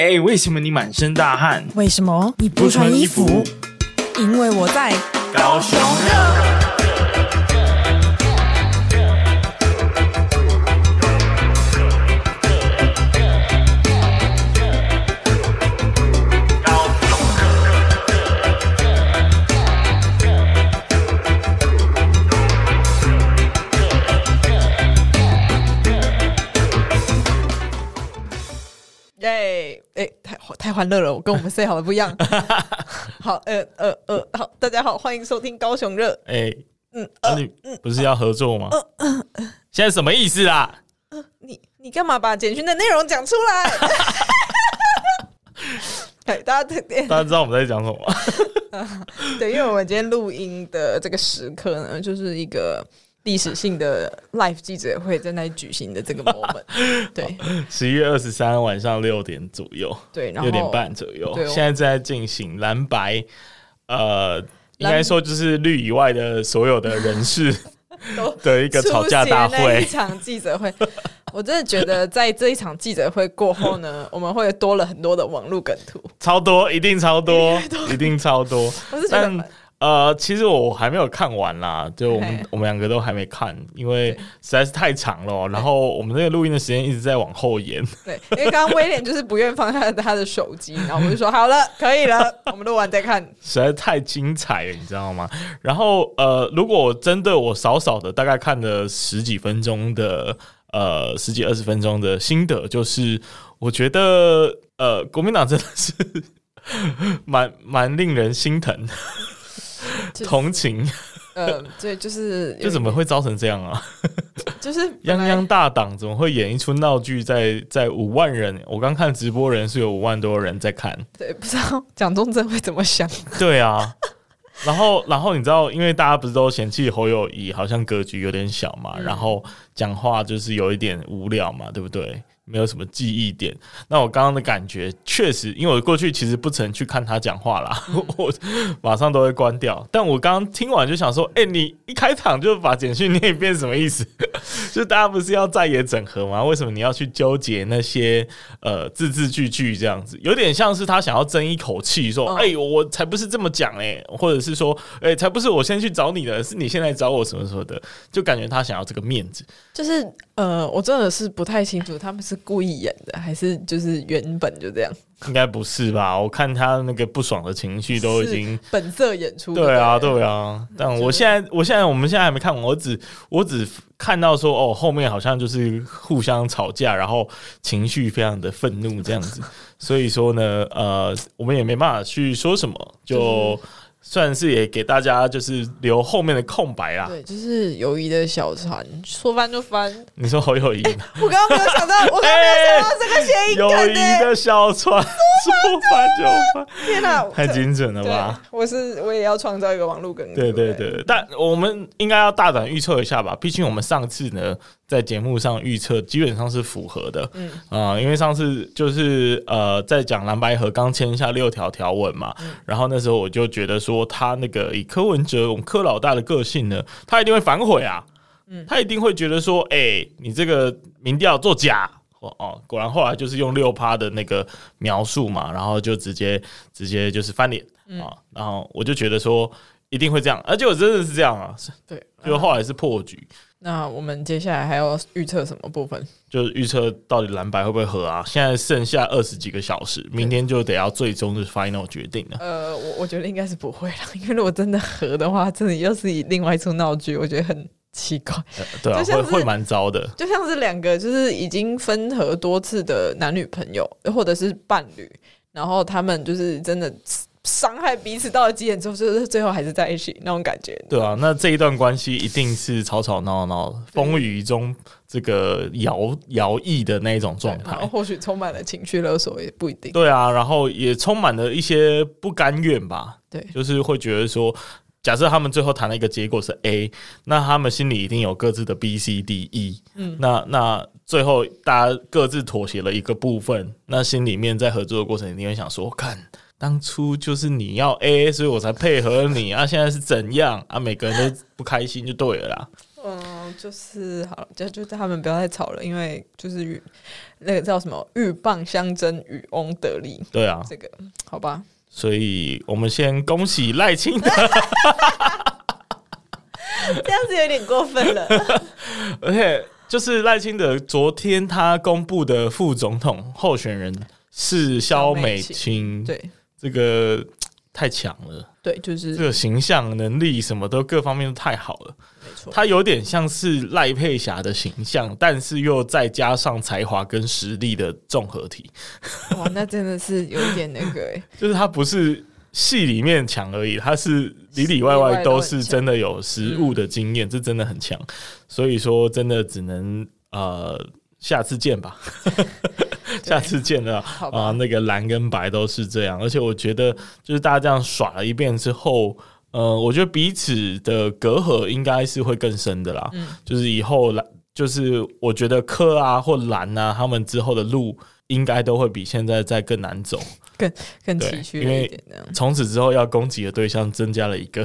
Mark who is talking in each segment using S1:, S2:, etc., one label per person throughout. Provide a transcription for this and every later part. S1: 哎，为什么你满身大汗？
S2: 为什么你不穿衣服？因为我在。
S1: 高雄
S3: 耶！哎、太好太欢乐了，我跟我们 say 好的不 一样。好，呃呃呃，好，大家好，欢迎收听高雄热。
S1: 哎，嗯，啊、你不是要合作吗？现在什么意思啊啦？
S3: 你你干嘛把简讯的内容讲出 来？哎，大家等
S1: 大家知道我们在讲什么吗？
S3: 等，因为我们今天录音的这个时刻呢，就是一个历史性的 live 记者会正在举行的这个 moment。对
S1: 十一月二十三晚上六点左右，
S3: 对，然后
S1: 六点半左右，
S3: 对我哦
S1: 现在正在进行蓝白，呃，应
S3: 蓝
S1: 该说就是绿以外的所有的人士
S3: 都
S1: 的一个吵架大
S3: 出席了那一
S1: 会。
S3: 场记者会，我真的觉得在这一场记者会过后呢，我们会多了很多的网络梗图。
S1: 超多，一定超多，一定超多
S3: 我是。觉得
S1: 但呃，其实我还没有看完啦，就我们
S3: 嘿
S1: 我们两个都还没看，因为
S3: 对
S1: 实在是太长了哦。然后我们这个录音的时间一直在往后延，
S3: 对，因为刚刚威廉就是不愿放下他的手机，然后我们就说好了，可以了，我们录完再看。
S1: 实在太精彩了，你知道吗？然后呃，如果我针对我少少的大概看了十几分钟的呃十几二十分钟的心得，就是我觉得呃国民党真的是 蛮蛮令人心疼、
S3: 就是
S1: 同情，
S3: 呃，对，就是
S1: 这怎么会造成这样啊？
S3: 就是本
S1: 泱
S3: 来
S1: 泱大党怎么会演一出闹剧在在五万人？我刚看直播人数有五万多人在看。
S3: 对，不知道蒋中正会怎么想。
S1: 对啊，然后然后你知道，因为大家不是都嫌弃侯友谊好像格局有点小嘛，然后讲话就是有一点无聊嘛，对不对？没有什么记忆点。那我刚刚的感觉确实，因为我过去其实不曾去看他讲话啦， 我马上都会关掉。但我刚刚听完就想说，哎、你一开场就把简讯念一遍，什么意思？ 就大家不是要在野整合吗？为什么你要去纠结那些呃字字句句这样子？有点像是他想要争一口气，说：“
S3: 嗯
S1: 哎、我才不是这么讲哎、或者是说：“哎、才不是我先去找你的，是你现在找我什么什么的。”就感觉他想要这个面子。
S3: 就是呃，我真的是不太清楚他们是故意演的，还是就是原本就这样，
S1: 应该不是吧？我看他那个不爽的情绪都已经
S3: 是本色演出就
S1: 对啊，
S3: 对了
S1: 对啊，但
S3: 就
S1: 我
S3: 是
S1: 现在，我现在，我们现在还没看完，我只我只看到说，哦，后面好像就是互相吵架，然后情绪非常的愤怒这样 子，所以说呢，呃，我们也没办法去说什么，
S3: 嗯
S1: 就算是也给大家就是留后面的空白啊啦。
S3: 对，就是友谊的小船说翻就翻。
S1: 你说侯友谊吗，
S3: 我刚刚没有想到，我刚刚没
S1: 哎
S3: 有想到这个谐音
S1: 友
S3: 梗
S1: 谊
S3: 呢、
S1: 的小船 说翻就翻，
S3: 天哪、
S1: 太精准了
S3: 对
S1: 吧？，
S3: 我是我也要创造一个网络梗图。
S1: 对对对，但我们应该要大胆预测一下吧，毕竟我们上次呢在节目上预测基本上是符合的，嗯啊、因为上次就是呃在讲蓝白河刚签下六条条文嘛，然后那时候我就觉得说他那个以柯文哲我们柯老大的个性呢，他一定会反悔啊，他一定会觉得说，哎、你这个民调作假。哦哦，果然后来就是用六趴的那个描述嘛，然后就直接直接就是翻脸啊、然后我就觉得说一定会这样，而且我真的是这样啊，是
S3: 对，
S1: 就后来是破局，
S3: 那我们接下来还要预测什么部分？
S1: 就是预测到底蓝白会不会合啊？现在剩下二十几个小时，明天就得要最终的 final 决定了。
S3: 呃，我我觉得应该是不会啦，因为如果真的和的话，真的又是以另外一出闹剧，我觉得很奇怪。
S1: 呃对啊，
S3: 就像
S1: 会
S3: 是
S1: 会蛮糟的。
S3: 就像是两个就是已经分合多次的男女朋友，或者是伴侣，然后他们就是真的伤害彼此到了极点之后，就是最后还是在一起那种感觉。
S1: 对啊，那这一段关系一定是吵吵闹闹、风雨中这个摇摇曳的那一种状态
S3: 然后。或许充满了情绪勒索也不一定。
S1: 对啊，然后也充满了一些不甘愿吧，
S3: 对，
S1: 就是会觉得说，假设他们最后谈了一个结果是 A，那他们心里一定有各自的 B、C、D、E。嗯，那那最后大家各自妥协了一个部分，那心里面在合作的过程，一定会想说，看。当初就是你要 A，所以我才配合你啊！现在是怎样啊？每个人都不开心就对了啦。
S3: 嗯，后就是好了，就就他们不要再吵了，因为就是与那个叫什么“鹬蚌相争，渔翁得利
S1: 对啊”，，
S3: 这个好 吧？
S1: 所以我们先恭喜赖清 德，
S3: 这样子有点过分了。
S1: 而且就是赖清德昨天他公布的副总统候选人是肖美琴，
S3: 对
S1: 这个太强了，
S3: 对，就是
S1: 这个形象能力什么都各方面都太好了，
S3: 没错。
S1: 他有点像是赖佩霞的形象，但是又再加上才华跟实力的综合体，
S3: 哇，那真的是有一点那个 欸、
S1: 就是他不是。戏里面强而已，他是里里外外都是真的有实物的经
S3: 嗯
S1: 验，这真的很强。所以说，真的只能呃，下次见吧，下次见了。
S3: 好吧
S1: 啊、那个蓝跟白都是这样，而且我觉得就是大家这样耍了一遍之后，呃，我觉得彼此的隔阂应该是会更深的
S3: 嗯
S1: 啦。就是以后蓝，就是我觉得柯啊或蓝啊，他们之后的路应该都会比现在再更难走。
S3: 更更
S1: 对
S3: 崎岖
S1: 因
S3: 了
S1: 为
S3: 一点，这样
S1: 从此之后要攻击的对象增加了一 个，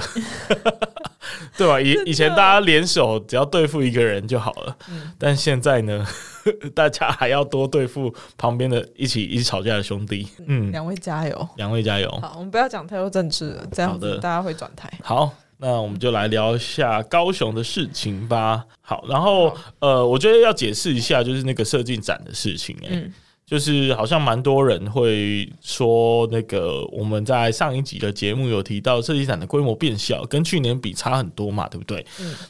S1: 对吧？以以前大家联手只要对付一个人就好了，
S3: 嗯
S1: 但现在呢， 大家还要多对付旁边的一起一起吵架的兄弟。嗯，
S3: 两位加油！
S1: 两位加油！
S3: 好，我们不要讲太多政治了，这样
S1: 好
S3: 子
S1: 的
S3: 大家会转台。
S1: 好，那我们就来聊一下高雄的事情吧。好，然后呃，我觉得要解释一下，就是那个设计展的事情、欸，
S3: 嗯
S1: 就是好像蛮多人会说，那个我们在上一集的节目有提到设计展的规模变小，跟去年比差很多嘛，对不对？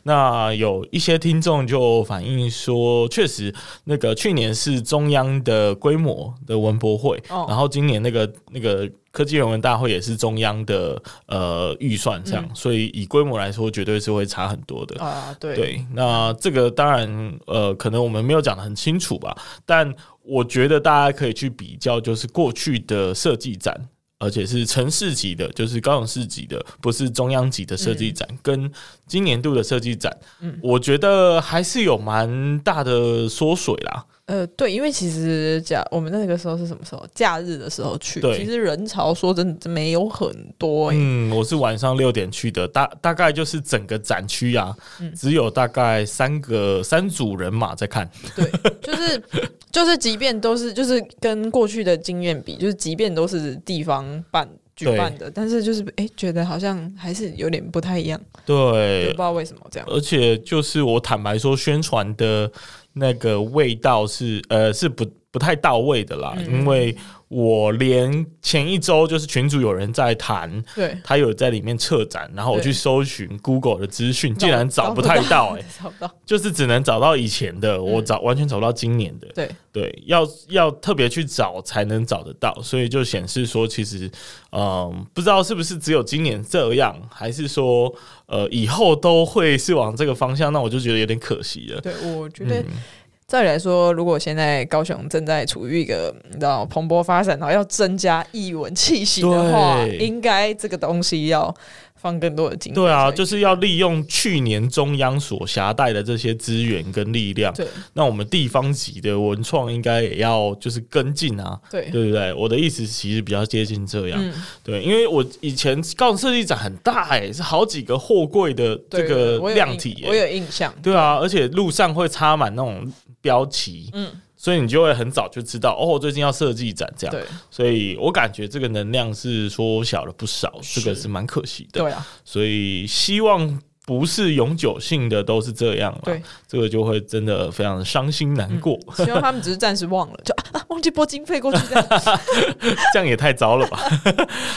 S1: 那有一些听众就反映说，确实那个去年是中央的规模的文博会，
S3: 哦
S1: 然后今年那个那个科技人文大会也是中央的呃预算这
S3: 嗯
S1: 样，所以以规模来说，绝对是会差很多的。
S3: 啊，对，
S1: 对，那这个当然，呃，可能我们没有讲的很清楚吧，但我觉得大家可以去比较，就是过去的设计展，而且是城市级的，就是高雄市级的，不是中央级的设计展，
S3: 嗯
S1: 跟今年度的设计展，我觉得还是有蛮大的缩水啦。
S3: 呃，对，因为其实假我们那个时候是什么时候？假日的时候去，
S1: 对
S3: 其实人潮说真的没有很多、欸，
S1: 嗯，我是晚上六点去的，大大概就是整个展区啊，只有大概三个三组人马在看，
S3: 对，就是 就是，即便都是就是跟过去的经验比，就是即便都是地方办举
S1: 对
S3: 办的，但是就是哎、觉得好像还是有点不太一样，就
S1: 对
S3: 不知，道为什么这样。
S1: 而且就是我坦白说，宣传的那个味道是呃是不不太到位的啦，因为我连前一周就是群主有人在谈。
S3: 对，
S1: 他有在里面策展，然后我
S3: 对
S1: 去搜寻 Google 的资讯， 竟然找不太到、嗯 欸，
S3: 找不到。
S1: 就是只能找到以前的，我找完全找不到今年的。
S3: 对，
S1: 对，要要特别去找才能找得到，所以就显示说，其实，嗯、不知道是不是只有今年这样，还是说，呃，以后都会是往这个方向，那我就觉得有点可惜了。
S3: 对，我觉
S1: 嗯
S3: 得。照理来说，如果现在高雄正在处于一个你知道蓬勃发展，然后要增加艺文气息的话，
S1: 对
S3: 应该这个东西要放更多的精力。
S1: 对啊，就是要利用去年中央所携带的这些资源跟力量，
S3: 对
S1: 那我们地方级的文创应该也要就是跟进啊，
S3: 对
S1: 对不对？我的意思其实比较接近这样，
S3: 嗯
S1: 对，因为我以前高雄设计展很大哎、是好几个货柜的这
S3: 对
S1: 个
S3: 我有
S1: 量
S3: 印
S1: 体、欸
S3: 我有印象。
S1: 对啊，而且路上会插满那种标旗，
S3: 嗯，
S1: 所以你就会很早就知道哦，最近要设计展这样。
S3: 对
S1: 所以我感觉这个能量是缩小了不少，
S3: 是
S1: 这个是蛮可惜的。
S3: 对啊，
S1: 所以希望不是永久性的都是这样了
S3: 对，
S1: 这个就会真的非常伤心难过，
S3: 希望他们只是暂时忘了，就啊啊忘记拨经费过去这样。
S1: 这样也太糟了吧。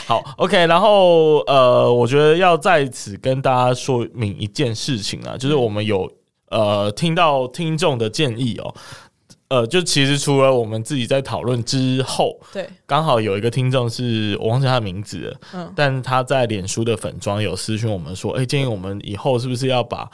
S1: 好，OK，然后呃，我觉得要在此跟大家说明一件事情啊，
S3: 嗯
S1: 就是我们有呃听到听众的建议哦。呃，就其实除了我们自己在讨论之后，
S3: 对，
S1: 刚好有一个听众是我忘记他的名字了，
S3: 嗯
S1: 但他在脸书的粉妆有私讯我们说，哎、建议我们以后是不是要把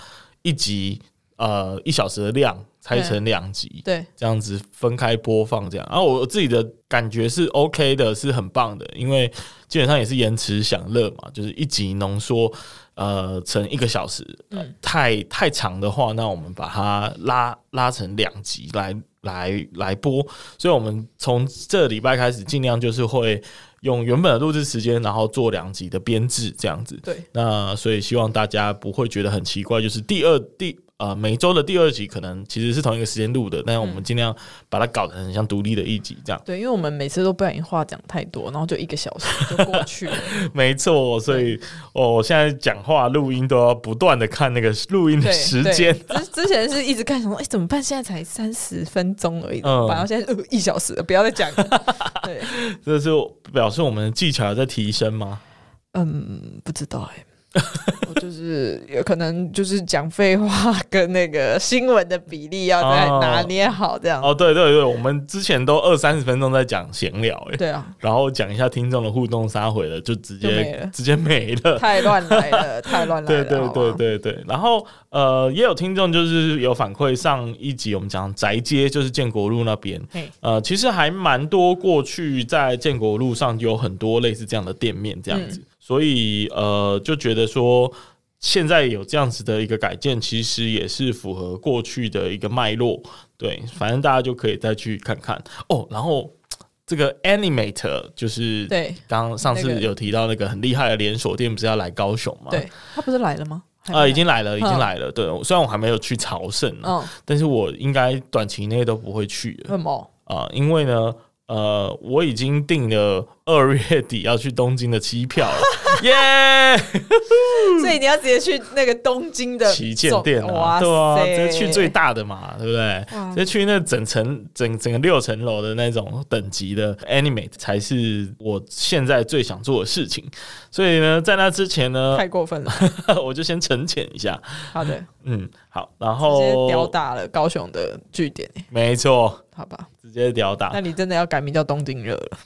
S1: 一集呃一小时的量拆成两集，
S3: 对，
S1: 这样子分开播放这样。然、后我自己的感觉是 OK 的，是很棒的，因为基本上也是延迟享乐嘛，就是一集浓缩呃成一个小时，呃太太长的话，那我们把它拉拉成两集来来来播。所以我们从这礼拜开始，尽量就是会用原本的录制时间，然后做两集的编制这样子。
S3: 对，
S1: 那所以希望大家不会觉得很奇怪，就是第二第呃每周的第二集可能其实是同一个时间录的，但是我们尽量把它搞得很像独立的一集这样。
S3: 对，因为我们每次都不小心话讲太多，然后就一个小时就过去了。
S1: 没错，所以哦我现在讲话录音都要不断的看那个录音的
S3: 对，
S1: 时间。
S3: 对之之前是一直看，想说哎、怎么办？现在才三十分钟而已，
S1: 嗯
S3: 然后现在、呃、一小时了，不要再讲了。 对，
S1: 这是表示我们的技巧有在提升吗？
S3: 嗯，不知道哎、 我就是有可能就是讲废话跟那个新闻的比例要再
S1: 哦
S3: 拿捏好，这样。
S1: 哦，对对对，我们之前都二三十分钟在讲闲聊、欸，
S3: 对啊，
S1: 然后讲一下听众的互动杀回了，就直
S3: 就
S1: 接
S3: 没了
S1: 直接没了。
S3: 太乱来了，太乱来
S1: 对
S3: 了。
S1: 对
S3: 好啊不好
S1: 对对对，然后呃，也有听众就是有反馈，上一集我们讲宅街，就是建国路那边
S3: 嘿，
S1: 呃，其实还蛮多过去在建国路上有很多类似这样的店面这样子，
S3: 嗯
S1: 所以呃，就觉得说现在有这样子的一个改建，其实也是符合过去的一个脉络，对，反正大家就可以再去看看哦。然后这个 Animate 就是
S3: 对
S1: 刚上
S3: 那
S1: 次
S3: 个
S1: 有提到那个很厉害的连锁店，不是要来高雄吗？
S3: 对，他不是来了吗？还没
S1: 啊，
S3: 来
S1: 已经来了，已经
S3: 嗯
S1: 来了。对，虽然我还没有去朝圣啊、
S3: 嗯，
S1: 但是我应该短期内都不会去
S3: 为
S1: 的
S3: 什么？
S1: 啊、因为呢，呃，我已经订了二月底要去东京的机票 了，耶！
S3: 所以你要直接去那个东京的
S1: 旗舰
S3: 总
S1: 店啊，
S3: 哇
S1: 对啊，
S3: 塞
S1: 直接去最大的嘛，对不对？
S3: 哇
S1: 直接去那整层整整个六层楼的那种等级的 Animate 才是我现在最想做的事情。所以呢，在那之前呢，
S3: 太过分了。
S1: 我就先沉潜一下。
S3: 好的，
S1: 嗯，好，然
S3: 直接吊
S1: 后
S3: 打了高雄的据点，
S1: 没错。
S3: 好吧？
S1: 直接屌打
S3: 那。你真的要改名叫东京热了。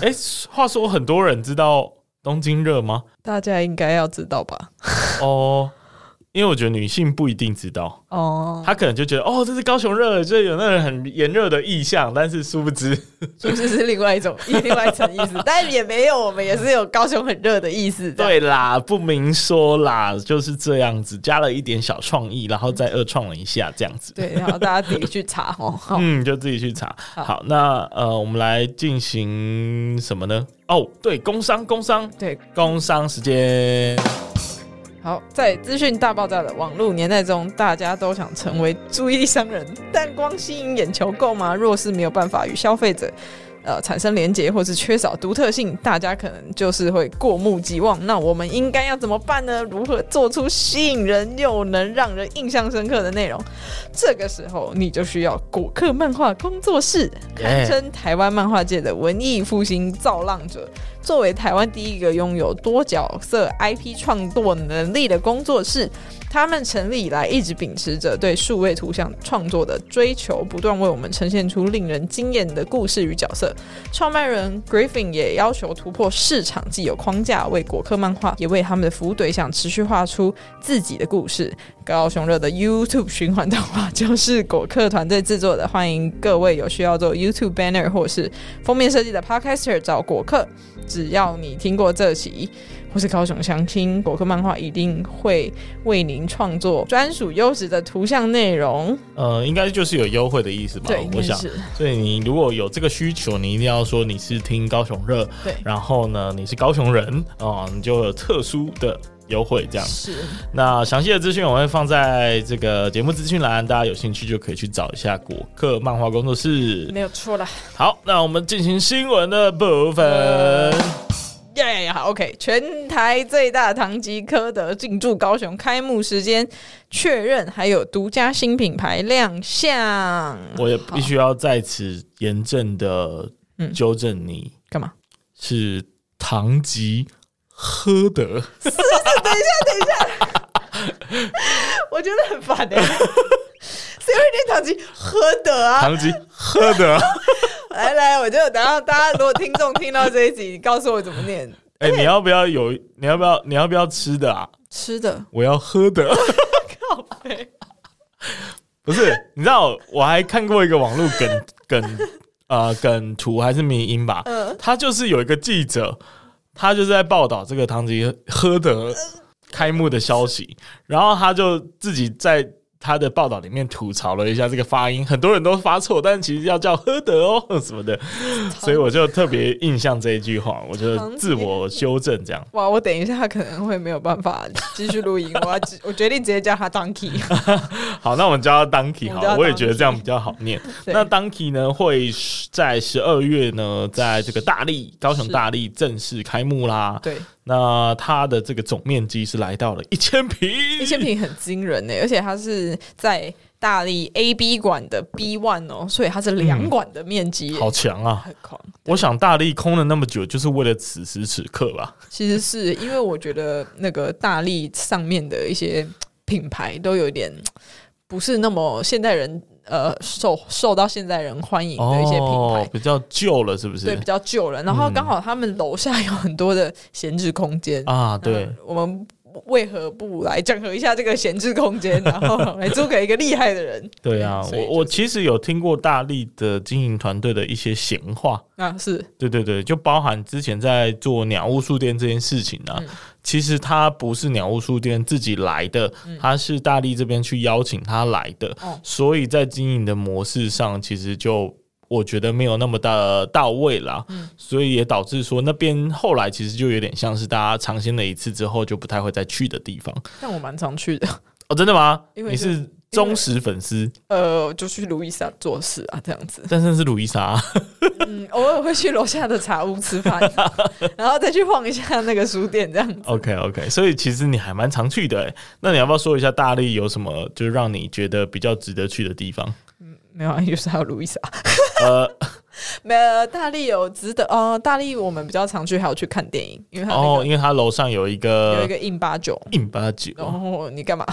S1: 哎、话说很多人知道东京热 吗？
S3: 大家应该要知道吧？
S1: 哦，因为我觉得女性不一定知道，
S3: 哦，
S1: 她可能就觉得哦，这是高雄热，就有那种很炎热的意象，但是殊不知，
S3: 是不是是另外一种、另外一层意思？但也没有，我们也是有高雄很热的意思。这样，
S1: 对啦，不明说啦，就是这样子，加了一点小创意，然后再二创了一下，这样子。
S3: 对，然后大家自己去查哦。好，
S1: 嗯，就自己去查。好，那呃，我们来进行什么呢？哦，对，工商，工商，
S3: 对，
S1: 工商时间。
S3: 好，在资讯大爆炸的网络年代中，大家都想成为注意力商人，但光吸引眼球够吗？若是没有办法与消费者。呃，产生连结或是缺少独特性，大家可能就是会过目即忘。那我们应该要怎么办呢？如何做出吸引人又能让人印象深刻的内容？这个时候，你就需要果客漫画工作室，
S1: 哎
S3: 堪称台湾漫画界的文艺复兴造浪者。作为台湾第一个拥有多角色 IP 创作能力的工作室，他们成立以来一直秉持着对数位图像创作的追求，不断为我们呈现出令人惊艳的故事与角色。创办人 Griffin 也要求突破市场既有框架，为果客漫画也为他们的服务对象持续画出自己的故事。高雄热的 YouTube 循环动画就是果客团队制作的，欢迎各位有需要做 YouTube banner 或是封面设计的 Podcaster 找果客。只要你听过这期或是高雄相亲果客漫画，一定会为您创作专属优质的图像内容。
S1: 呃，应该就是有优惠的意思吧？我想。所以你如果有这个需求，你一定要说你是听高雄热，
S3: 对
S1: 然后呢你是高雄人哦、你就有特殊的优惠 这样。
S3: 是
S1: 那详细的资讯我会放在这个节目资讯栏，大家有兴趣就可以去找一下果客漫画工作室。
S3: 没有错啦。
S1: 好，那我们进行新闻的部分。
S3: 耶、好，OK，全台最大唐吉诃德进驻高雄，开幕时间确认，还有独家新品牌亮相。
S1: 我也必须要在此严正的
S3: 嗯
S1: 纠正你，
S3: 干嘛？
S1: 是唐吉诃德。
S3: 我觉得很烦哎、谁会念唐吉诃德啊？
S1: 唐吉诃德，
S3: 来来，我就等到大家如果听众听到这一集，你告诉我怎么念
S1: 哎、你要不要有？你要不要？你要不要吃的啊？
S3: 吃的。
S1: 我要喝的。
S3: 靠背
S1: 不是，你知道，我还看过一个网络梗梗呃梗图还是迷音吧，
S3: 嗯
S1: 他就是有一个记者，他就是在报道这个唐吉诃德开幕的消息，然后他就自己在。他的报道里面吐槽了一下这个发音，很多人都发错，但其实要叫喝德哦 什么的，所以我就特别印象这一句话，我就自我修正这样。
S3: 哇，我等一下可能会没有办法继续录音，我要直我决定直接叫他 Donkey。
S1: 好，那我们叫他 Donkey 好
S3: 我们叫
S1: 了，
S3: 他
S1: 我也觉得这样比较好念。
S3: 对
S1: 那 Donkey 呢会在十二月呢，在这个大力高雄
S3: 是
S1: 大力正式开幕啦。
S3: 对，
S1: 那它的这个总面积是来到了一千平，
S3: 一千平很惊人欸呢、而且它是在大力 A B 馆的 B one 哦，所以它是两馆的面积耶、
S1: 好强啊！
S3: 很狂。
S1: 我想大力空了那么久，就是为了此时此刻吧。
S3: 其实是因为我觉得那个大力上面的一些品牌都有点不是那么现代人呃受受到现代人欢迎的一些品牌。
S1: 哦，比较旧了，是不
S3: 对，
S1: 是嗯
S3: 比？较旧了，然后刚好他们楼下有很多的闲置空间，
S1: 啊，对
S3: 嗯，，我们为何不来整合一下这个闲置空间，然 后来租给一个厉害的人？
S1: 对啊，
S3: 所以
S1: 我
S3: 就是
S1: 我其实有听过大力的经营团队的一些闲话，
S3: 啊，是
S1: 对对对，就包含之前在做鸟屋书店这件事情啊，
S3: 嗯
S1: 其实他不是鸟屋书店自己来的，
S3: 嗯
S1: 他是大力这边去邀请他来的，
S3: 哦
S1: 所以在经营的模式上，其实就我觉得没有那么的到位啦，
S3: 嗯
S1: 所以也导致说那边后来其实就有点像是大家尝鲜了一次之后就不太会再去的地方。
S3: 但我蛮常去的，
S1: 哦，真的吗？
S3: 因为
S1: 你
S3: 就是
S1: 忠实粉丝，
S3: 呃，就去路易莎做事啊，这样子，
S1: 但是是鲁伊莎啊、
S3: 嗯，偶尔会去楼下的茶屋吃 饭，然后再去晃一下那个书店，这样子。
S1: OK OK，所以其实你还蛮常去的欸。那你要不要说一下大力有什么就是让你觉得比较值得去的地方？
S3: 没有啊，就是还有路易莎，
S1: 呃，
S3: 没有大力有值得，呃，大力我们比较常去，还有去看电影，因为它那
S1: 哦，
S3: 个、
S1: 因为呃他楼上有一
S3: 有
S1: 个
S3: 一个印八九。
S1: 硬八九，
S3: 然后你干嘛？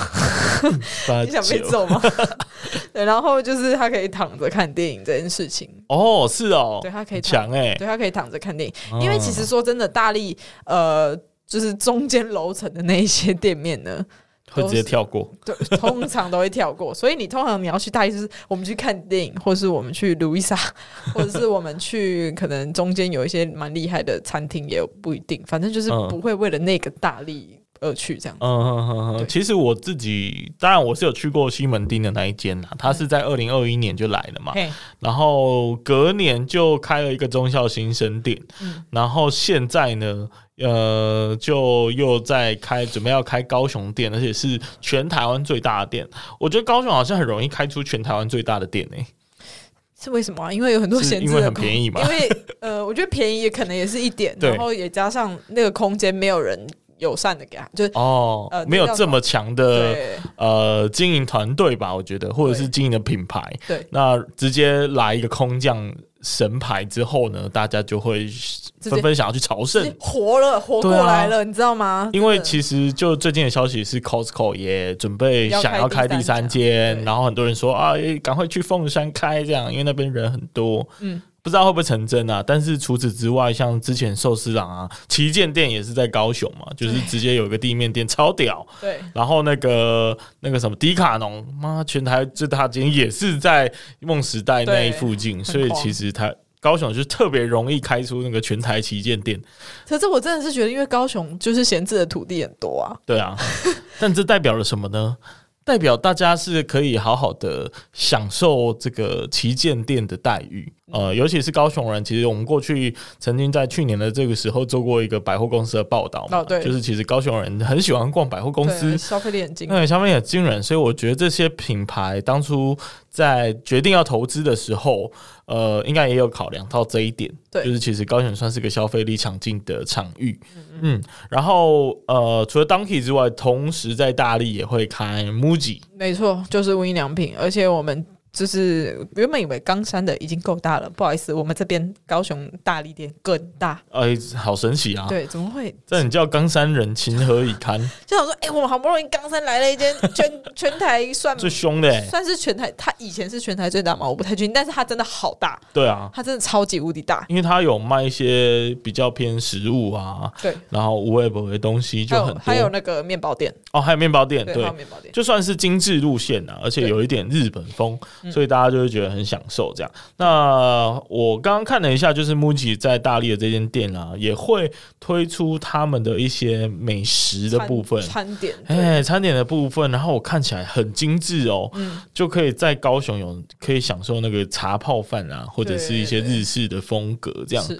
S1: 八
S3: 你想被
S1: 九
S3: 揍 吗？ 对，然后就是他可以躺着看电影这件事情，
S1: 哦，是哦，
S3: 对他可
S1: 很
S3: 以躺
S1: 强哎，
S3: 对他可以躺着看电
S1: 哦
S3: 影，因为其实说真的，大力呃，就是中间楼层的那一些店面呢，
S1: 会直接跳过。
S3: 对，通常都会跳过。所以你通常你要去大力，就是我们去看电影，或是我们去路 易莎，或者是我们去可能中间有一些蛮厉害的餐厅，也有不一定，反正就是
S1: 嗯
S3: 不会为了那个大力而去这样。
S1: 嗯嗯嗯
S3: 对
S1: 嗯，其实我自己当然我是有去过西门町的那一间啦，它是在二零二一年就来了嘛，
S3: 嘿，
S1: 然后隔年就开了一个中校新生店，
S3: 嗯
S1: 然后现在呢，呃，就又在开，准备要开高雄店，而且是全台湾最大的店。我觉得高雄好像很容易开出全台湾最大的店欸诶、
S3: 是为什么、啊？因为有很多
S1: 是
S3: 闲置
S1: 因为
S3: 的
S1: 很
S3: 空，
S1: 便宜嘛
S3: 因为呃，我觉得便宜也可能也是一 点，
S1: 对
S3: 然后也加上那个空间没有人友善的给他，就是、
S1: 哦，
S3: 呃
S1: 没有这么强的
S3: 对
S1: 呃经营团队吧？我觉得，或者是
S3: 对
S1: 经营的品牌，
S3: 对，
S1: 那直接来一个空降神牌之后呢，大家就会
S3: 接
S1: 纷纷想要去朝圣
S3: 是。活了活过
S1: 对啊
S3: 来了，你知道吗？
S1: 因为
S3: 哦真的
S1: 其实就最近的消息是，Costco 也准备想要开第三
S3: 要开第三家
S1: 间，
S3: 对
S1: 然后很多人说啊，诶赶快去凤山开这样，因为那边人很多。
S3: 嗯，
S1: 不知道会不会成真啊？但是除此之外，像之前寿司郎啊，旗舰店也是在高雄嘛，就是直接有一个地面店，超屌。
S3: 对
S1: 然后那个那个什么迪卡侬，妈，全台最大间也是在梦时代那一
S3: 对
S1: 附近，
S3: 很
S1: 所以
S3: 狂
S1: 其实它高雄就特别容易开出那个全台旗舰店。
S3: 可是我真的是觉得，因为高雄就是闲置的土地很多啊，
S1: 对啊，但这代表了什么呢？代表大家是可以好好的享受这个旗舰店的待遇，呃，尤其是高雄人，其实我们过去曾经在去年的这个时候做过一个百货公司的报道嘛，
S3: 哦对
S1: 就是其实高雄人很喜欢逛百货公司
S3: 对，消费力很精。
S1: 那个消费也很惊人，所以我觉得这些品牌当初在决定要投资的时候，呃，应该也有考量到这一点。
S3: 对
S1: 就是其实高雄算是个消费力强劲的场域，嗯，然后呃，除了 Donkey 之外，同时在大力也会开 MUJI，
S3: 没错，就是无印良品，而且我们。就是原本以为冈山的已经够大了，不好意思，我们这边高雄大力店更大。
S1: 哎、好神奇啊！
S3: 对，怎么会
S1: 这你叫冈山人情何以 堪？
S3: 就想说，哎、我们好不容易冈山来了 一间全全台算
S1: 最凶的、欸，
S3: 算是全台，它以前是全台最大嘛，我不太确定，但是它真的好大，
S1: 对啊，
S3: 它真的超级无敌大。
S1: 因为他有卖一些比较偏食物啊，
S3: 对，
S1: 然后无味不为东西
S3: 还
S1: 就很
S3: 有
S1: 多，
S3: 还有那个面包店，
S1: 哦，还有面包店，
S3: 对，还有面包店，嗯
S1: 就算是精致路线啊，而且有一点日本风，所以大家就会觉得很享受这样。那我刚刚看了一下，就是 MUJI 在大力的这间店啊，也会推出他们的一些美食的部分。
S3: 餐点，
S1: 哎、餐点的部分，然后我看起来很精致哦，
S3: 嗯
S1: 就可以在高雄有可以享受那个茶泡饭啊，或者是一些
S3: 对对
S1: 日式的风格这样。
S3: 是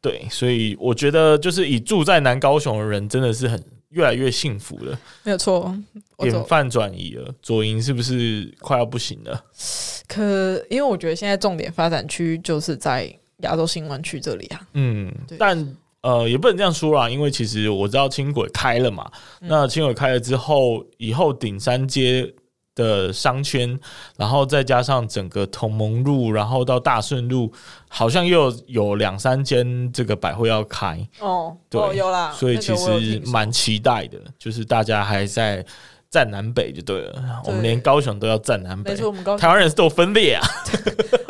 S1: 对，所以我觉得就是以住在南高雄的人真的是很越来越幸福了，
S3: 没有错。我
S1: 典
S3: 走，
S1: 范转移了，左营是不是快要不行了？
S3: 可因为我觉得现在重点发展区就是在亚洲新湾区这里啊，
S1: 嗯
S3: 对，
S1: 但呃也不能这样说啦，因为其实我知道轻轨开了嘛，
S3: 嗯
S1: 那轻轨开了之后，以后顶山街。的商圈，然后再加上整个同盟路，然后到大顺路，好像又有有两三间这个百货要开，
S3: 哦，
S1: 对
S3: 哦有啦，
S1: 所以
S3: 那
S1: 其
S3: 个我有
S1: 实
S3: 听说
S1: 蛮期待的，就是大家还在站南北就对了，我们
S3: 对
S1: 连高雄都要站南北
S3: 没，错，我们高
S1: 台湾人是都有分裂啊，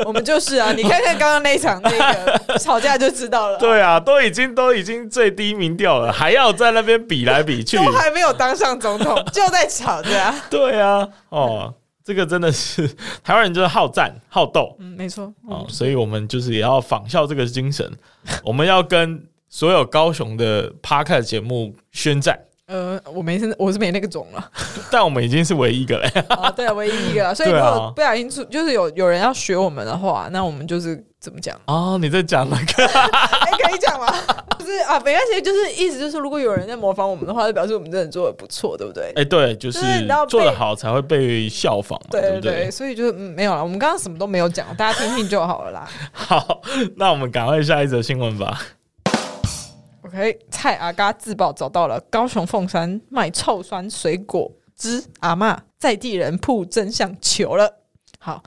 S3: 我们就是 啊，你看看刚刚那一场那个 吵架就知道了，，
S1: 对啊，都已经都已经最低民调了，还要在那边比来 比去
S3: 都，还没有当上总 统就在吵架，
S1: 对啊，哦，这个真的是 台湾人就是好战好斗
S3: 嗯，没错，
S1: 哦，所以我们就是也要仿效这个精神， 我们要跟所有高雄的 p a r k 节目宣战，
S3: 呃，我没是我是没那个种了
S1: 但我们已经是唯一一个了。
S3: 啊，对啊，唯一一个啊，所以如
S1: 对啊
S3: 果不小心出，就是有有人要学我们的话，那我们就是怎 么讲？
S1: 哦，你在讲那 个？
S3: 哎、可以讲吗？就是啊，没关系，就是意思就是，如果有人在模仿我们的话，就表示我们真的做的不错，对不对？
S1: 哎、对，就是
S3: 就是你知道被
S1: 做得好才会被效仿嘛，
S3: 对
S1: 对
S3: 对
S1: 不
S3: 对，
S1: 对？
S3: 所以就是、嗯、没有了，我们刚刚什么都没有讲，大家听听就好 了啦。
S1: 好，那我们赶快下一则新闻吧。
S3: OK，蔡阿嘎自曝找到了高雄凤山卖臭酸水果汁阿嬷在地人铺真相求了。好，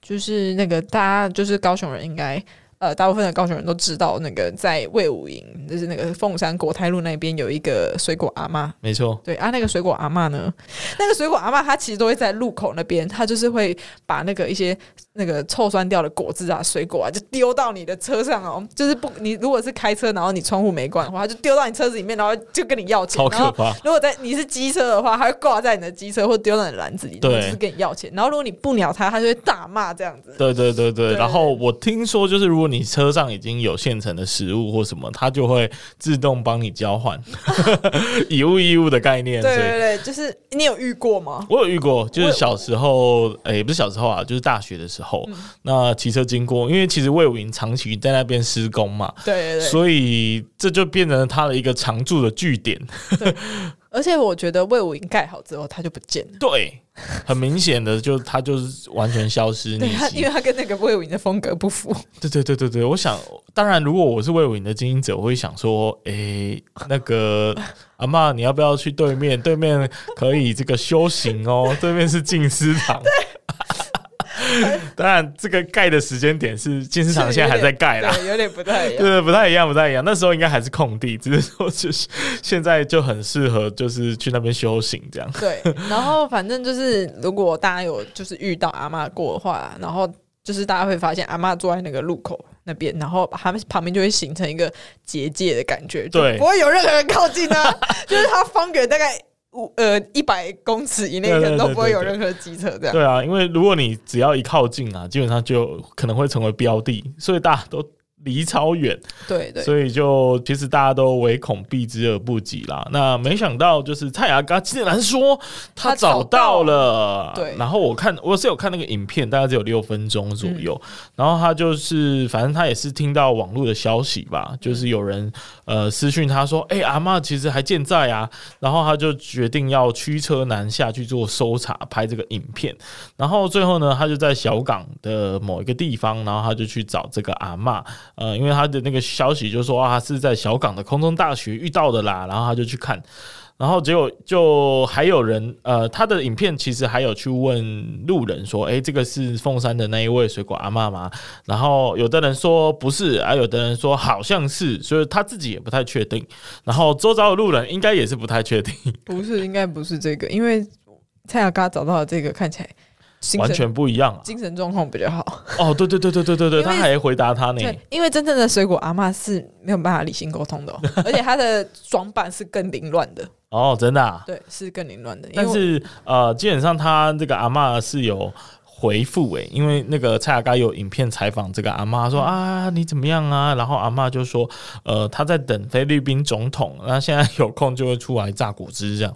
S3: 就是那个大家就是高雄人应该。呃，大部分的高雄人都知道，那个在魏武营，就是那个凤山国泰路那边有一个水果阿嬷。
S1: 没错，
S3: 对啊，那个水果阿嬷呢？那个水果阿嬷她其实都会在路口那边，她就是会把那个一些那个臭酸掉的果汁啊、水果啊，就丢到你的车上哦。就是不，你如果是开车，然后你窗户没关的话，她就丢到你车子里面，然后就跟你要钱。
S1: 超可
S3: 然后
S1: 怕。
S3: 如果在你是机车的话，它会挂在你的机车或丢到你的篮子里，然后
S1: 对
S3: 就是跟你要钱。然后如果你不鸟它，它就会大骂这样子。
S1: 对对对对，
S3: 对
S1: 然后我听说，就是如果你车上已经有现成的食物或什么，它就会自动帮你交换， 以物易物的概念。
S3: 对
S1: 所以
S3: 对对，就是你有遇过吗？
S1: 我有遇过，就
S3: 我
S1: 是小时候，诶、也不是小时候啊，就是大学的时
S3: 嗯
S1: 候，那骑车经过，因为其实魏武营长期在那边施工嘛，
S3: 对对对，
S1: 所以这就变成了它的一个常驻的据 点。
S3: 而且我觉得魏武营盖好之后，它就不见了。
S1: 对，很明显的就它就是完全消失
S3: 对它，
S1: 匿
S3: 因为
S1: 迹。
S3: 它跟那个魏武营的风格不符。
S1: 对对对对对，我想，当然，如果我是魏武营的经营者，我会想说，诶、那个阿嬷，你要不要去对面？对面可以这个修行哦， 对面是静思堂。当然，这个盖的时间点是静思堂现在还在盖啦。
S3: 对，有点不太
S1: 对
S3: 一样。
S1: 对，不太一样，不太一样。那时候应该还是空地，只是说就是现在就很适合，就是去那边修行这样。
S3: 对，然后反正就是，如果大家有就是遇到阿嬷过的话，然后就是大家会发现阿嬷坐在那个路口那边，然后他们旁边就会形成一个结界的感觉，就
S1: 对
S3: 不会有任何人靠近啊， 就是它方圆大概五呃一百公尺以内，可
S1: 对对
S3: 能都不会有
S1: 对对
S3: 任何机车这样。
S1: 对啊，因为如果你只要一靠近啊，基本上就可能会成为标的，所以大家都离超远，
S3: 对对，
S1: 所以就其实大家都唯恐避之而不及啦。那没想到就是蔡雅嘎竟然说
S3: 他
S1: 他
S3: 找
S1: 找
S3: 到
S1: 到了，
S3: 对
S1: 然后我看我是有看那个影片，大概只有六分钟左右，然后他就是反正他也是听到网络的消息吧，就是有人呃私讯他说，哎、阿嬷其实还健在啊，然后他就决定要驱车南下去做搜查，拍这个影片。然后最后呢，他就在小港的某一个地方，然后他就去找这个阿嬷，呃，因为他的那个消息就说啊，他是在小港的空中大学遇到的啦，然后他就去看。然后结果就还有人，呃，他的影片其实还有去问路人说，诶，这个是凤山的那一位水果阿嬷吗？然后有的人说不是，啊，有的人说好像是，所以他自己也不太确定。然后周遭的路人应该也是不太 确定，
S3: 不是，应该不是这个，因为蔡雅嘎找到的这个看起来精
S1: 完
S3: 神
S1: 全不一样啊！
S3: 精神状况比较好。
S1: 哦，对对对对对对对，
S3: 因为
S1: 他还回答他呢。
S3: 对，因为真正的水果阿嬷是没有办法理性沟通 的、哦，而且她的装扮是更凌乱的，
S1: 哦，真的、啊。
S3: 对，是更凌乱的。因为
S1: 但
S3: 我
S1: 是呃，基本上他这个阿嬷是有回复诶、因为那个蔡雅刚有影片采访这个阿妈说啊你怎么样啊，然后阿妈就说呃她在等菲律宾总统，那现在有空就会出来榨果汁 这样。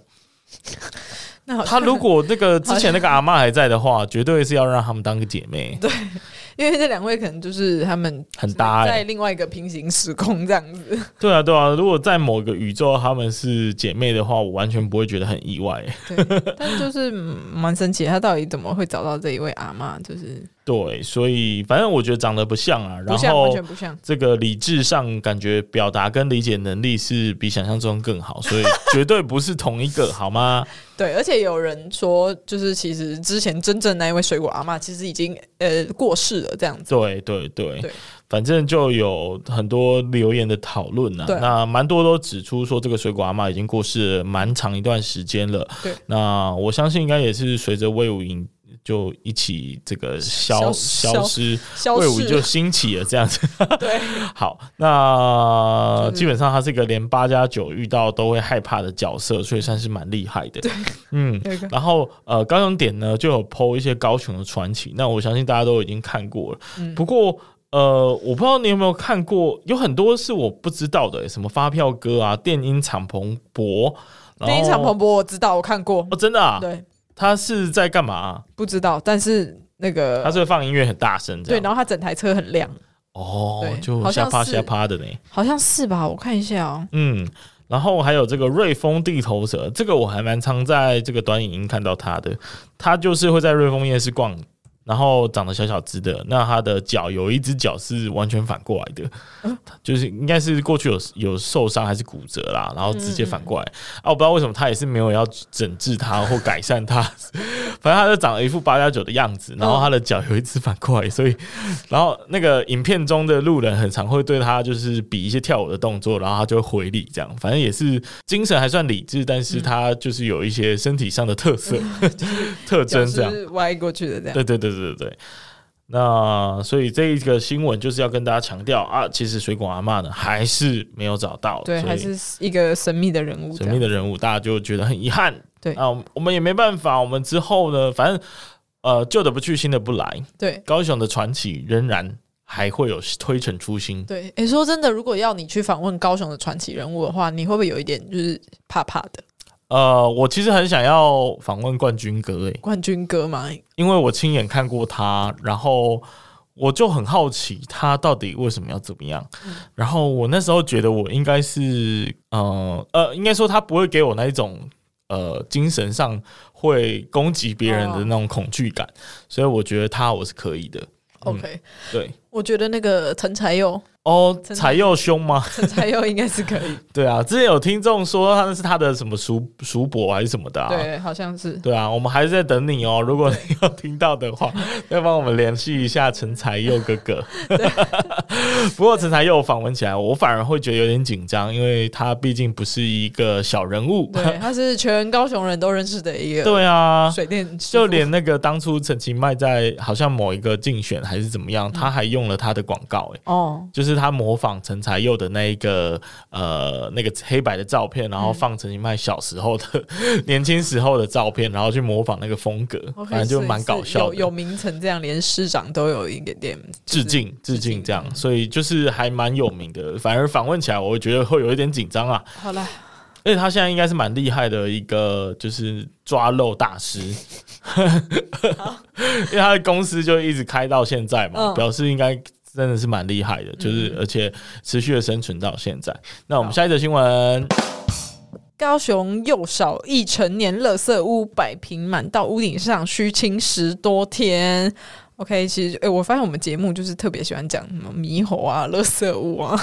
S3: 那好像
S1: 她如果那个之前那个阿妈还在的话，绝对是要让他们当个姐妹，
S3: 因为这两位可能就是他们
S1: 很搭诶、
S3: 在另外一个平行时空这样子，
S1: 对啊对啊，如果在某个宇宙她们是姐妹的话，我完全不会觉得很意外、欸。
S3: 对，但就是嗯蛮神奇的，他到底怎么会找到这一位阿嬷？就是
S1: 对，所以反正我觉得长得不像啊，
S3: 不
S1: 然
S3: 像，完
S1: 后
S3: 全不像。
S1: 这个理智上感觉表达跟理解能力是比想象中更好，所以绝对不是同一个，好 吗？
S3: 对，而且有人说，就是其实之前真正那一位水果阿嬷其实已经呃过世了，这样子。
S1: 对对对，
S3: 对
S1: 反正就有很多留言的讨论啊
S3: 对，
S1: 那蛮多都指出说这个水果阿妈已经过世了蛮长一段时间了。
S3: 对，
S1: 那我相信应该也是随着魏武营就一起这个消
S3: 消消
S1: 消失，
S3: 消
S1: 魏武
S3: 失
S1: 营就
S3: 了，
S1: 兴起了这样子。
S3: 对，
S1: 好，那
S3: 就是
S1: 基本上他是一个连八加九遇到都会害怕的角色，所以算是蛮厉害的。对， 嗯。
S3: 有一个
S1: 然后呃，高雄点呢就有剖一些高雄的传奇，那我相信大家都已经看过了。
S3: 嗯
S1: 不过呃，我不知道你有没有看过，有很多是我不知道的、什么发票哥啊、电音敞篷博，然后
S3: 那一场蓬勃我知道，我看过，
S1: 哦，真的啊，
S3: 对，
S1: 他是在干嘛啊、
S3: 不知道，但是那个
S1: 他是会放音乐很大声这
S3: 呃对，
S1: 样，
S3: 然后他整台车很亮，
S1: 哦
S3: 对，
S1: 就
S3: 好
S1: 瞎
S3: 像
S1: 趴
S3: 是
S1: 瞎趴的呢。
S3: 好像是吧？我看一下哦，
S1: 嗯，然后还有这个瑞丰地头蛇，这个我还蛮常在这个短影音看到它的。它就是会在瑞丰夜市逛，然后长得小小只的，那它的脚有一只脚是完全反过来的，就是应该是过去有有受伤还是骨折啦，然后直接反过来。啊，我不知道为什么他也是没有要整治它或改善它， 反正它就长了一副八加九的样子，然后它的脚有一只反过来，所以然后那个影片中的路人很常会对他就是比一些跳舞的动作，然后他就会回礼，这样反正也是精神还算理智，但是他就是有一些身体上的特 色、特征
S3: 脚
S1: 这样。
S3: 是歪过去的这样。
S1: 对对对对对对。那所以这一个新闻就是要跟大家强调啊，其实水果阿嬷呢还是没有找到，
S3: 对，
S1: 所以
S3: 还是一个神秘的人物这
S1: 神
S3: 样。
S1: 秘的人物，大家就觉得很遗憾。
S3: 对
S1: 啊，我们也没办法，我们之后呢，反正呃旧的不去，新的不来，
S3: 对
S1: 高雄的传奇仍然还会有推陈出新。
S3: 对，诶，说真的，如果要你去访问高雄的传奇人物的话，你会不会有一点就是怕怕的？
S1: 呃，我其实很想要访问冠军哥诶、
S3: 冠军哥嘛，
S1: 因为我亲眼看过他，然后我就很好奇他到底为什么要怎么样。
S3: 嗯
S1: 然后我那时候觉得我应该是，呃呃，应该说他不会给我那一种呃精神上会攻击别人的
S3: 哦
S1: 那种恐惧感，所以我觉得他我是可以的。
S3: OK，、
S1: 对，
S3: 我觉得那个陈才 佑，
S1: 哦，
S3: 真的
S1: 才又凶吗？
S3: 陈才佑应该是可 以，
S1: 对啊，之前有听众说他是他的什么叔叔伯还是什么的啊？
S3: 对，好像是。
S1: 对啊，我们还是在等你哦。如果你有听到的话， 再帮我们联系一下陈才佑哥哥。 不过陈才佑访问起来，我反而会觉得有点紧张，因为他毕竟不是一个小人物。
S3: 对，他是全高雄人都认识的一个
S1: 对啊，
S3: 水电师傅，
S1: 就连那个当初陈其迈在好像某一个竞选还是怎么样，他还用了他的广告、欸，
S3: 哦，
S1: 就是他模仿陈才佑的那一个呃那个黑白的照片，然
S3: 嗯
S1: 后放陈其迈小时候的、年轻时候的照片，然后去模仿那个风格
S3: OK，
S1: 反正就
S3: 所以
S1: 蛮
S3: 是
S1: 搞笑
S3: 有
S1: 的。
S3: 有名成这样，连市长都有一点点
S1: 致。敬致敬这样，所以就是还蛮有名的。反而访问起来，我会觉得会有一点紧张啊。
S3: 好了，
S1: 而且他现在应该是蛮厉害的一个，就是抓漏大 师，因为他的公司就一直开到现在嘛，
S3: 嗯
S1: 表示应该真的是蛮厉害的，就是而且持续的生存到现在。那我们下一则新闻，
S3: 高雄幼少一成年垃圾屋摆平满到屋顶上，需清十多天。OK，其实诶、我发现我们节目就是特别喜欢讲什么猕猴啊、垃圾屋啊，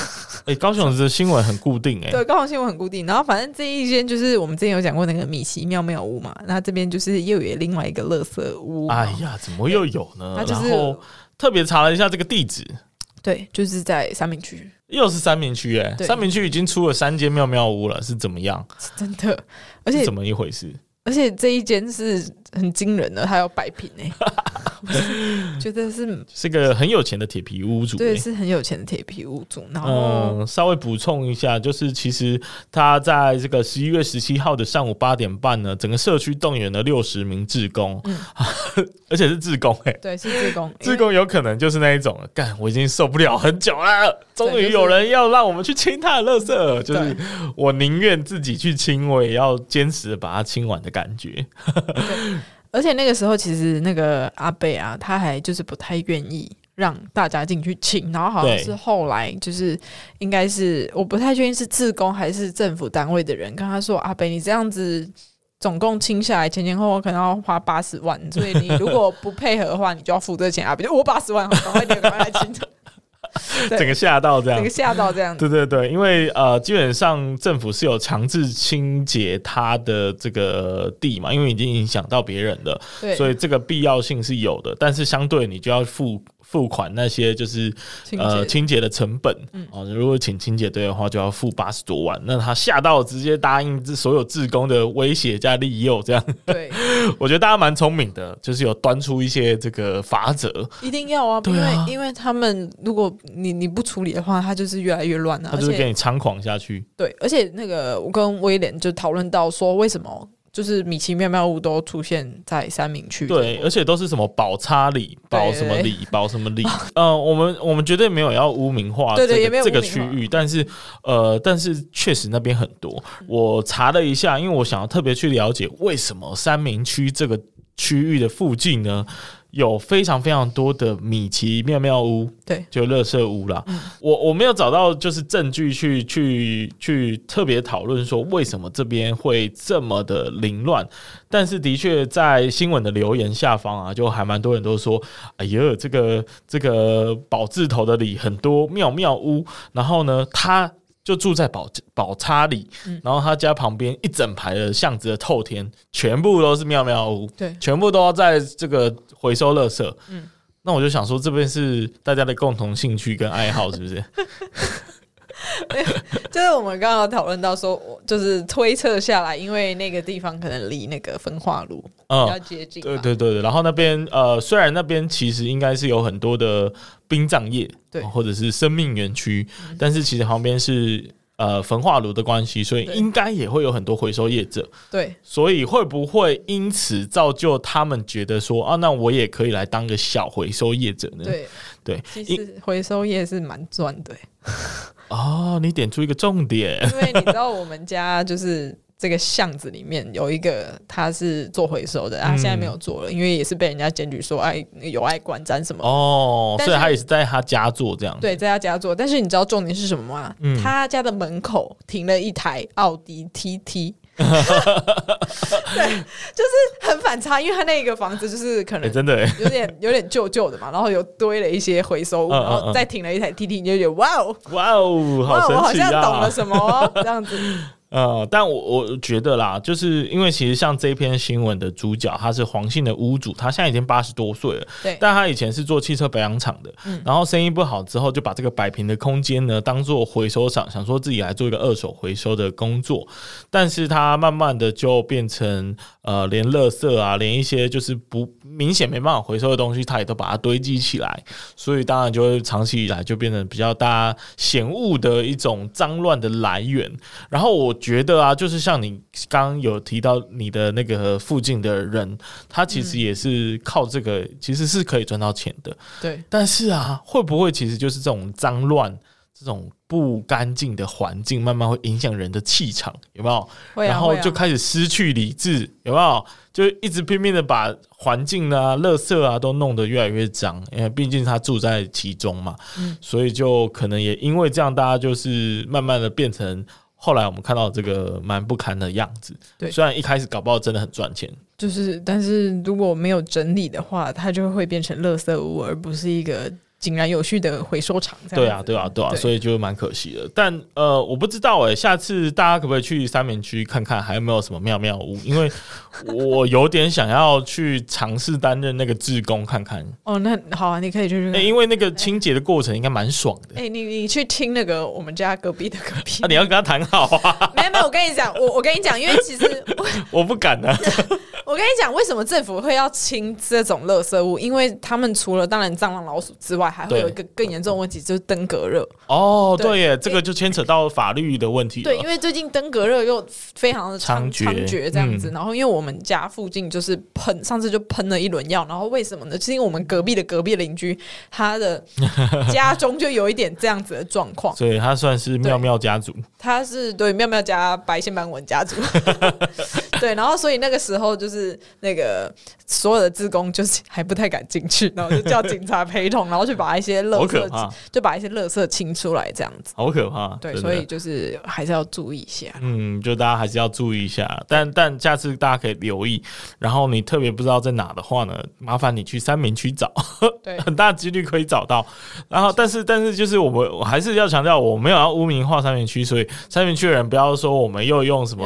S1: 哎、高雄的新闻很固定哎、
S3: 对，高雄新闻很固定。然后反正这一间就是我们之前有讲过那个米奇妙妙屋嘛，那这边就是又有另外一个垃圾屋。
S1: 哎呀，怎么又有呢
S3: 他？就
S1: 然
S3: 是
S1: 后特别查了一下这个地址，
S3: 对，就是在三明区，
S1: 又是三明区哎、
S3: 对
S1: 三明区已经出了三间妙妙屋了，是怎么样？
S3: 是真的。而
S1: 是
S3: 且
S1: 怎么一回事？
S3: 而且这一间是很惊人的，它要摆平哎、觉得是
S1: 是个很有钱的铁皮屋主、
S3: 对，
S1: 欸
S3: 是很有钱的铁皮屋主，然后
S1: 嗯，稍微补充一下，就是其实他在这个十一月十七号的上午八点半呢，整个社区动员了六十名志工，
S3: 嗯
S1: 而且是志工哎、欸
S3: 对是自工，
S1: 志工有可能就是那一种，干我已经受不了很久了，终
S3: 对就
S1: 于
S3: 是
S1: 有人要让我们去清他的垃圾，就是
S3: 对
S1: 我宁愿自己去清，我也要坚持把它清完的感觉。
S3: 而且那个时候，其实那个阿贝啊，他还就是不太愿意让大家进去请，然后好像
S1: 对
S3: 是后来就是应该是我不太确定是自工还是政府单位的人跟他说：“阿贝，你这样子总共清下来前前后后可能要花八十万，所以你如果不配合的话，你就要付这个钱。”阿啊贝就我八十万，赶快点，赶快 来清，对
S1: 整个吓到这样
S3: 整个，吓到这样子。
S1: 对对对，因为呃，基本上政府是有强制清洁它的这个地嘛，因为已经影响到别人了，
S3: 对，
S1: 所以这个必要性是有的。但是相对你就要付付款那些就是
S3: 清洁嗯
S1: 呃清洁的成本，哦，如果请清洁队的话，就要付八十多万。那他吓到直接答应这所有志工的威胁加利诱，这样
S3: 对，
S1: 我觉得大家蛮聪明的，就是有端出一些这个法则，
S3: 一定要啊，因
S1: 对
S3: 为、
S1: 啊
S3: 因为他们如果你你不处理的话，他就是越来越乱啊，
S1: 他
S3: 而
S1: 就是
S3: 且
S1: 给你猖狂下去。
S3: 对，而且那个我跟威廉就讨论到说，为什么就是米奇妙妙屋都出现在三明区？
S1: 对，而且都是什么保差里、保什么
S3: 对
S1: 里、保什么里。 呃，我们我们绝对没有要污名化这
S3: 对
S1: 个
S3: 对也没有
S1: 这个
S3: 污名
S1: 区
S3: 化
S1: 域，但是呃，但是确实那边很多。
S3: 嗯
S1: 我查了一下，因为我想要特别去了解为什么三明区这个区域的附近呢。有非常非常多的米奇妙妙屋，
S3: 对，嗯
S1: 就乐色屋啦。我我没有找到就是证据去去去特别讨论说为什么这边会这么的凌乱，但是的确在新闻的留言下方啊，就还蛮多人都说，哎呦，这个这个宝字头的里很多妙妙屋，然后呢，他就住在宝宝叉里，
S3: 嗯
S1: 然后他家旁边一整排的巷子的透天，全部都是妙妙屋，
S3: 对
S1: 全部都要在这个回收垃圾，
S3: 嗯
S1: 那我就想说，这边是大家的共同兴趣跟爱好，是不 是？
S3: 就是我们刚刚有讨论到说，我就是推测下来，因为那个地方可能离那个焚化炉比较
S1: 嗯，
S3: 接近、
S1: 对。对对对。然后那边呃，虽然那边其实应该是有很多的殡葬业，哦
S3: 对嗯
S1: 或者是生命园区，但是其实旁边是呃焚化炉的关系，所以
S3: 对
S1: 应该也会有很多回收业者。
S3: 对
S1: 所以会不会因此造就他们觉得说啊，那我也可以来当个小回收业者呢？
S3: 对，
S1: 对
S3: 其
S1: 因
S3: 实回收业是蛮赚的欸、
S1: 哦，你点出一个重点，
S3: 因为你知道我们家就是这个巷子里面有一个他是做回收的，他现在没有做了，因为也是被人家检举说爱有碍观瞻什么的
S1: 哦，
S3: 但
S1: 所以
S3: 是
S1: 他也是在他家做这样。
S3: 对，在他家做。但是你知道重点是什么吗？
S1: 嗯
S3: 他家的门口停了一台奥迪 TT。对，就是很反差，因为他那个房子就是可
S1: 哎、
S3: 能
S1: 真的、欸，
S3: 有点有点旧旧的嘛，然后有堆了一些回收物，
S1: 嗯嗯
S3: 然后再停了一台 TT，你就觉得哇哦，
S1: 哇哦，
S3: 哇，我
S1: 好
S3: 好
S1: 神奇啊！
S3: 像懂了什么哦，这样子。
S1: 呃，但我我觉得啦，就是因为其实像这篇新闻的主角，他是黄姓的屋主，他现在已经八十多岁了，
S3: 对
S1: 但他以前是做汽车保养厂的，然后生意不好之后，就把这个百平的空间呢当做回收厂，想说自己来做一个二手回收的工作，但是他慢慢的就变成呃，连垃圾啊，连一些就是不明显没办法回收的东西，他也都把它堆积起来，所以当然就会长期以来就变成比较大家嫌恶的一种脏乱的来源。然后我觉得啊，就是像你刚刚有提到你的那个附近的人，他其实也是靠这个，其实是可以赚到钱的。
S3: 对，
S1: 但是啊，会不会其实就是这种脏乱、这种不干净的环境，慢慢会影响人的气场，有没有？
S3: 会啊
S1: 然后
S3: 会啊
S1: 就开始失去理智，有没有？就一直拼命的把环境啊、垃圾啊都弄得越来越脏，因为毕竟他住在其中嘛，
S3: 嗯
S1: 所以就可能也因为这样，大家就是慢慢的变成后来我们看到这个蛮不堪的样子。
S3: 对
S1: 虽然一开始搞不好真的很赚钱，
S3: 就是，但是如果没有整理的话，它就会变成垃圾屋，而不是一个井然有序的回收厂。这样
S1: 对啊，
S3: 子
S1: 对啊，对啊，
S3: 对
S1: 所以就蛮可惜的。但呃，我不知道哎、下次大家可不可以去三明区看看还有没有什么妙妙屋？因为我有点想要去尝试担任那个志工看看，
S3: 哦，那好啊，你可以去去
S1: 哎、
S3: 看。
S1: 因为那个清洁的过程应该蛮爽的。
S3: 哎、你你去听那个我们家隔壁的隔壁
S1: 那、，啊你要跟他谈好啊，
S3: 没有没有，我跟你讲，我我跟你讲，因为其实我
S1: 我不敢啊。
S3: 我跟你讲，为什么政府会要清这种垃圾物？因为他们除了当然蟑螂、老鼠之外，还会
S1: 对
S3: 有一个更严重的问题，就是登革热。
S1: 哦，
S3: 对哎
S1: 对耶，这个就牵扯到法律的问题了。
S3: 对，因为最近登革热又非常的猖
S1: 啊猖獗
S3: 猖獗这样子，
S1: 嗯
S3: 然后因为我们家附近就是喷，上次就喷了一轮药，然后为什么呢？就是因为我们隔壁的隔壁邻居，他的家中就有一点这样子的状况，
S1: 所以他算是妙妙家族。
S3: 他是对妙妙家白线斑纹 家族，对，然后所以那个时候就是那个所有的职工就是还不太敢进去，然后就叫警察陪同，然后去把一些垃
S1: 好可怕
S3: 圾就把一些垃圾清出来这样子。
S1: 好可怕！
S3: 对，
S1: 真的
S3: 所以就是还是要注意 一下。
S1: 嗯，就大家还是要注意一下，但但下次大家可以留意。然后你特别不知道在哪的话呢，麻烦你去三明区找，
S3: 对
S1: 很大几率可以找到。然后，但是但是就是我们我还是要强调，我没有要污名化三明区，所以三明区的人不要说我们又用什么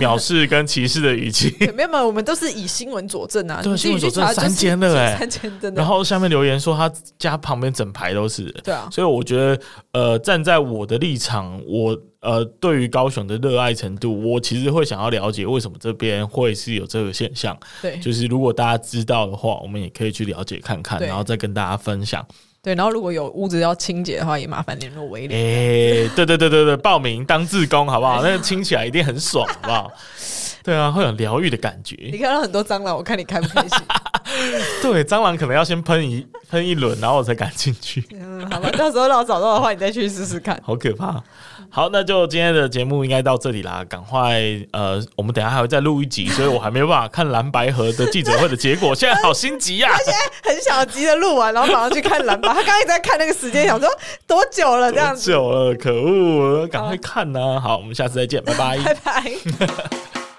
S1: 藐视跟歧视的语 气。
S3: 对，没有没有，我们都是以新闻佐证啊。
S1: 对
S3: 你自己
S1: 新闻佐
S3: 去查
S1: 证
S3: 就是
S1: 三间了欸
S3: 三间真的。
S1: 然后下面留言说他家旁边整排都是，
S3: 对啊，
S1: 所以我觉得，呃，站在我的立场，我呃对于高雄的热爱程度，我其实会想要了解为什么这边会是有这个现象。
S3: 对
S1: 就是如果大家知道的话，我们也可以去了解看看，
S3: 对
S1: 然后再跟大家分享。
S3: 对，然后如果有屋子要清洁的话，也麻烦联络威
S1: 哎、
S3: 廉。
S1: 对对对对对，报名当志工好不好？那个听起来一定很爽，好不好？对啊，会有疗愈的感
S3: 你
S1: 觉。
S3: 看到很多蟑螂，我看你开不开心？
S1: 对，蟑螂可能要先喷一喷一轮，然后我才敢进去。
S3: 嗯，好吧，到时候让我找到的话，你再去试试看。
S1: 好可怕！好，那就今天的节目应该到这里啦，赶快呃，我们等一下还会再录一集，所以我还没有办法看蓝白河的记者会的结果，现在 好心急呀、
S3: 很小急的录完，然后马上去看蓝吧。他刚一直在看那个时间，想说多久了这样
S1: 多
S3: 子。
S1: 久了，可恶，赶快看呐、好，我们下次再见，拜拜。
S3: 拜拜。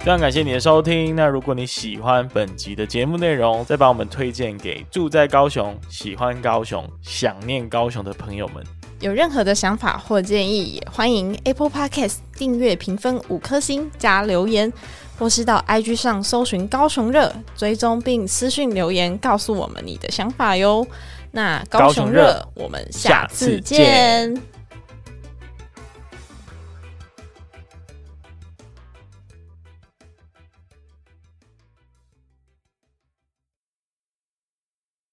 S1: 非常感谢你的收听。那如果你喜欢本集的节目内容，再把我们推荐给住在高雄、喜欢高雄、想念高雄的朋友们。
S4: 有任何的想法或建议，也欢迎 Apple Podcast 订阅、评分五颗星加留言，或是到 IG 上搜寻“高雄热”，追踪并私讯留言告诉我们你的想法哟。那高
S1: 高
S4: 雄
S1: 雄
S4: 热，
S1: 热
S4: 我们
S1: 下
S4: 下
S1: 次
S4: 次
S1: 见
S4: 见。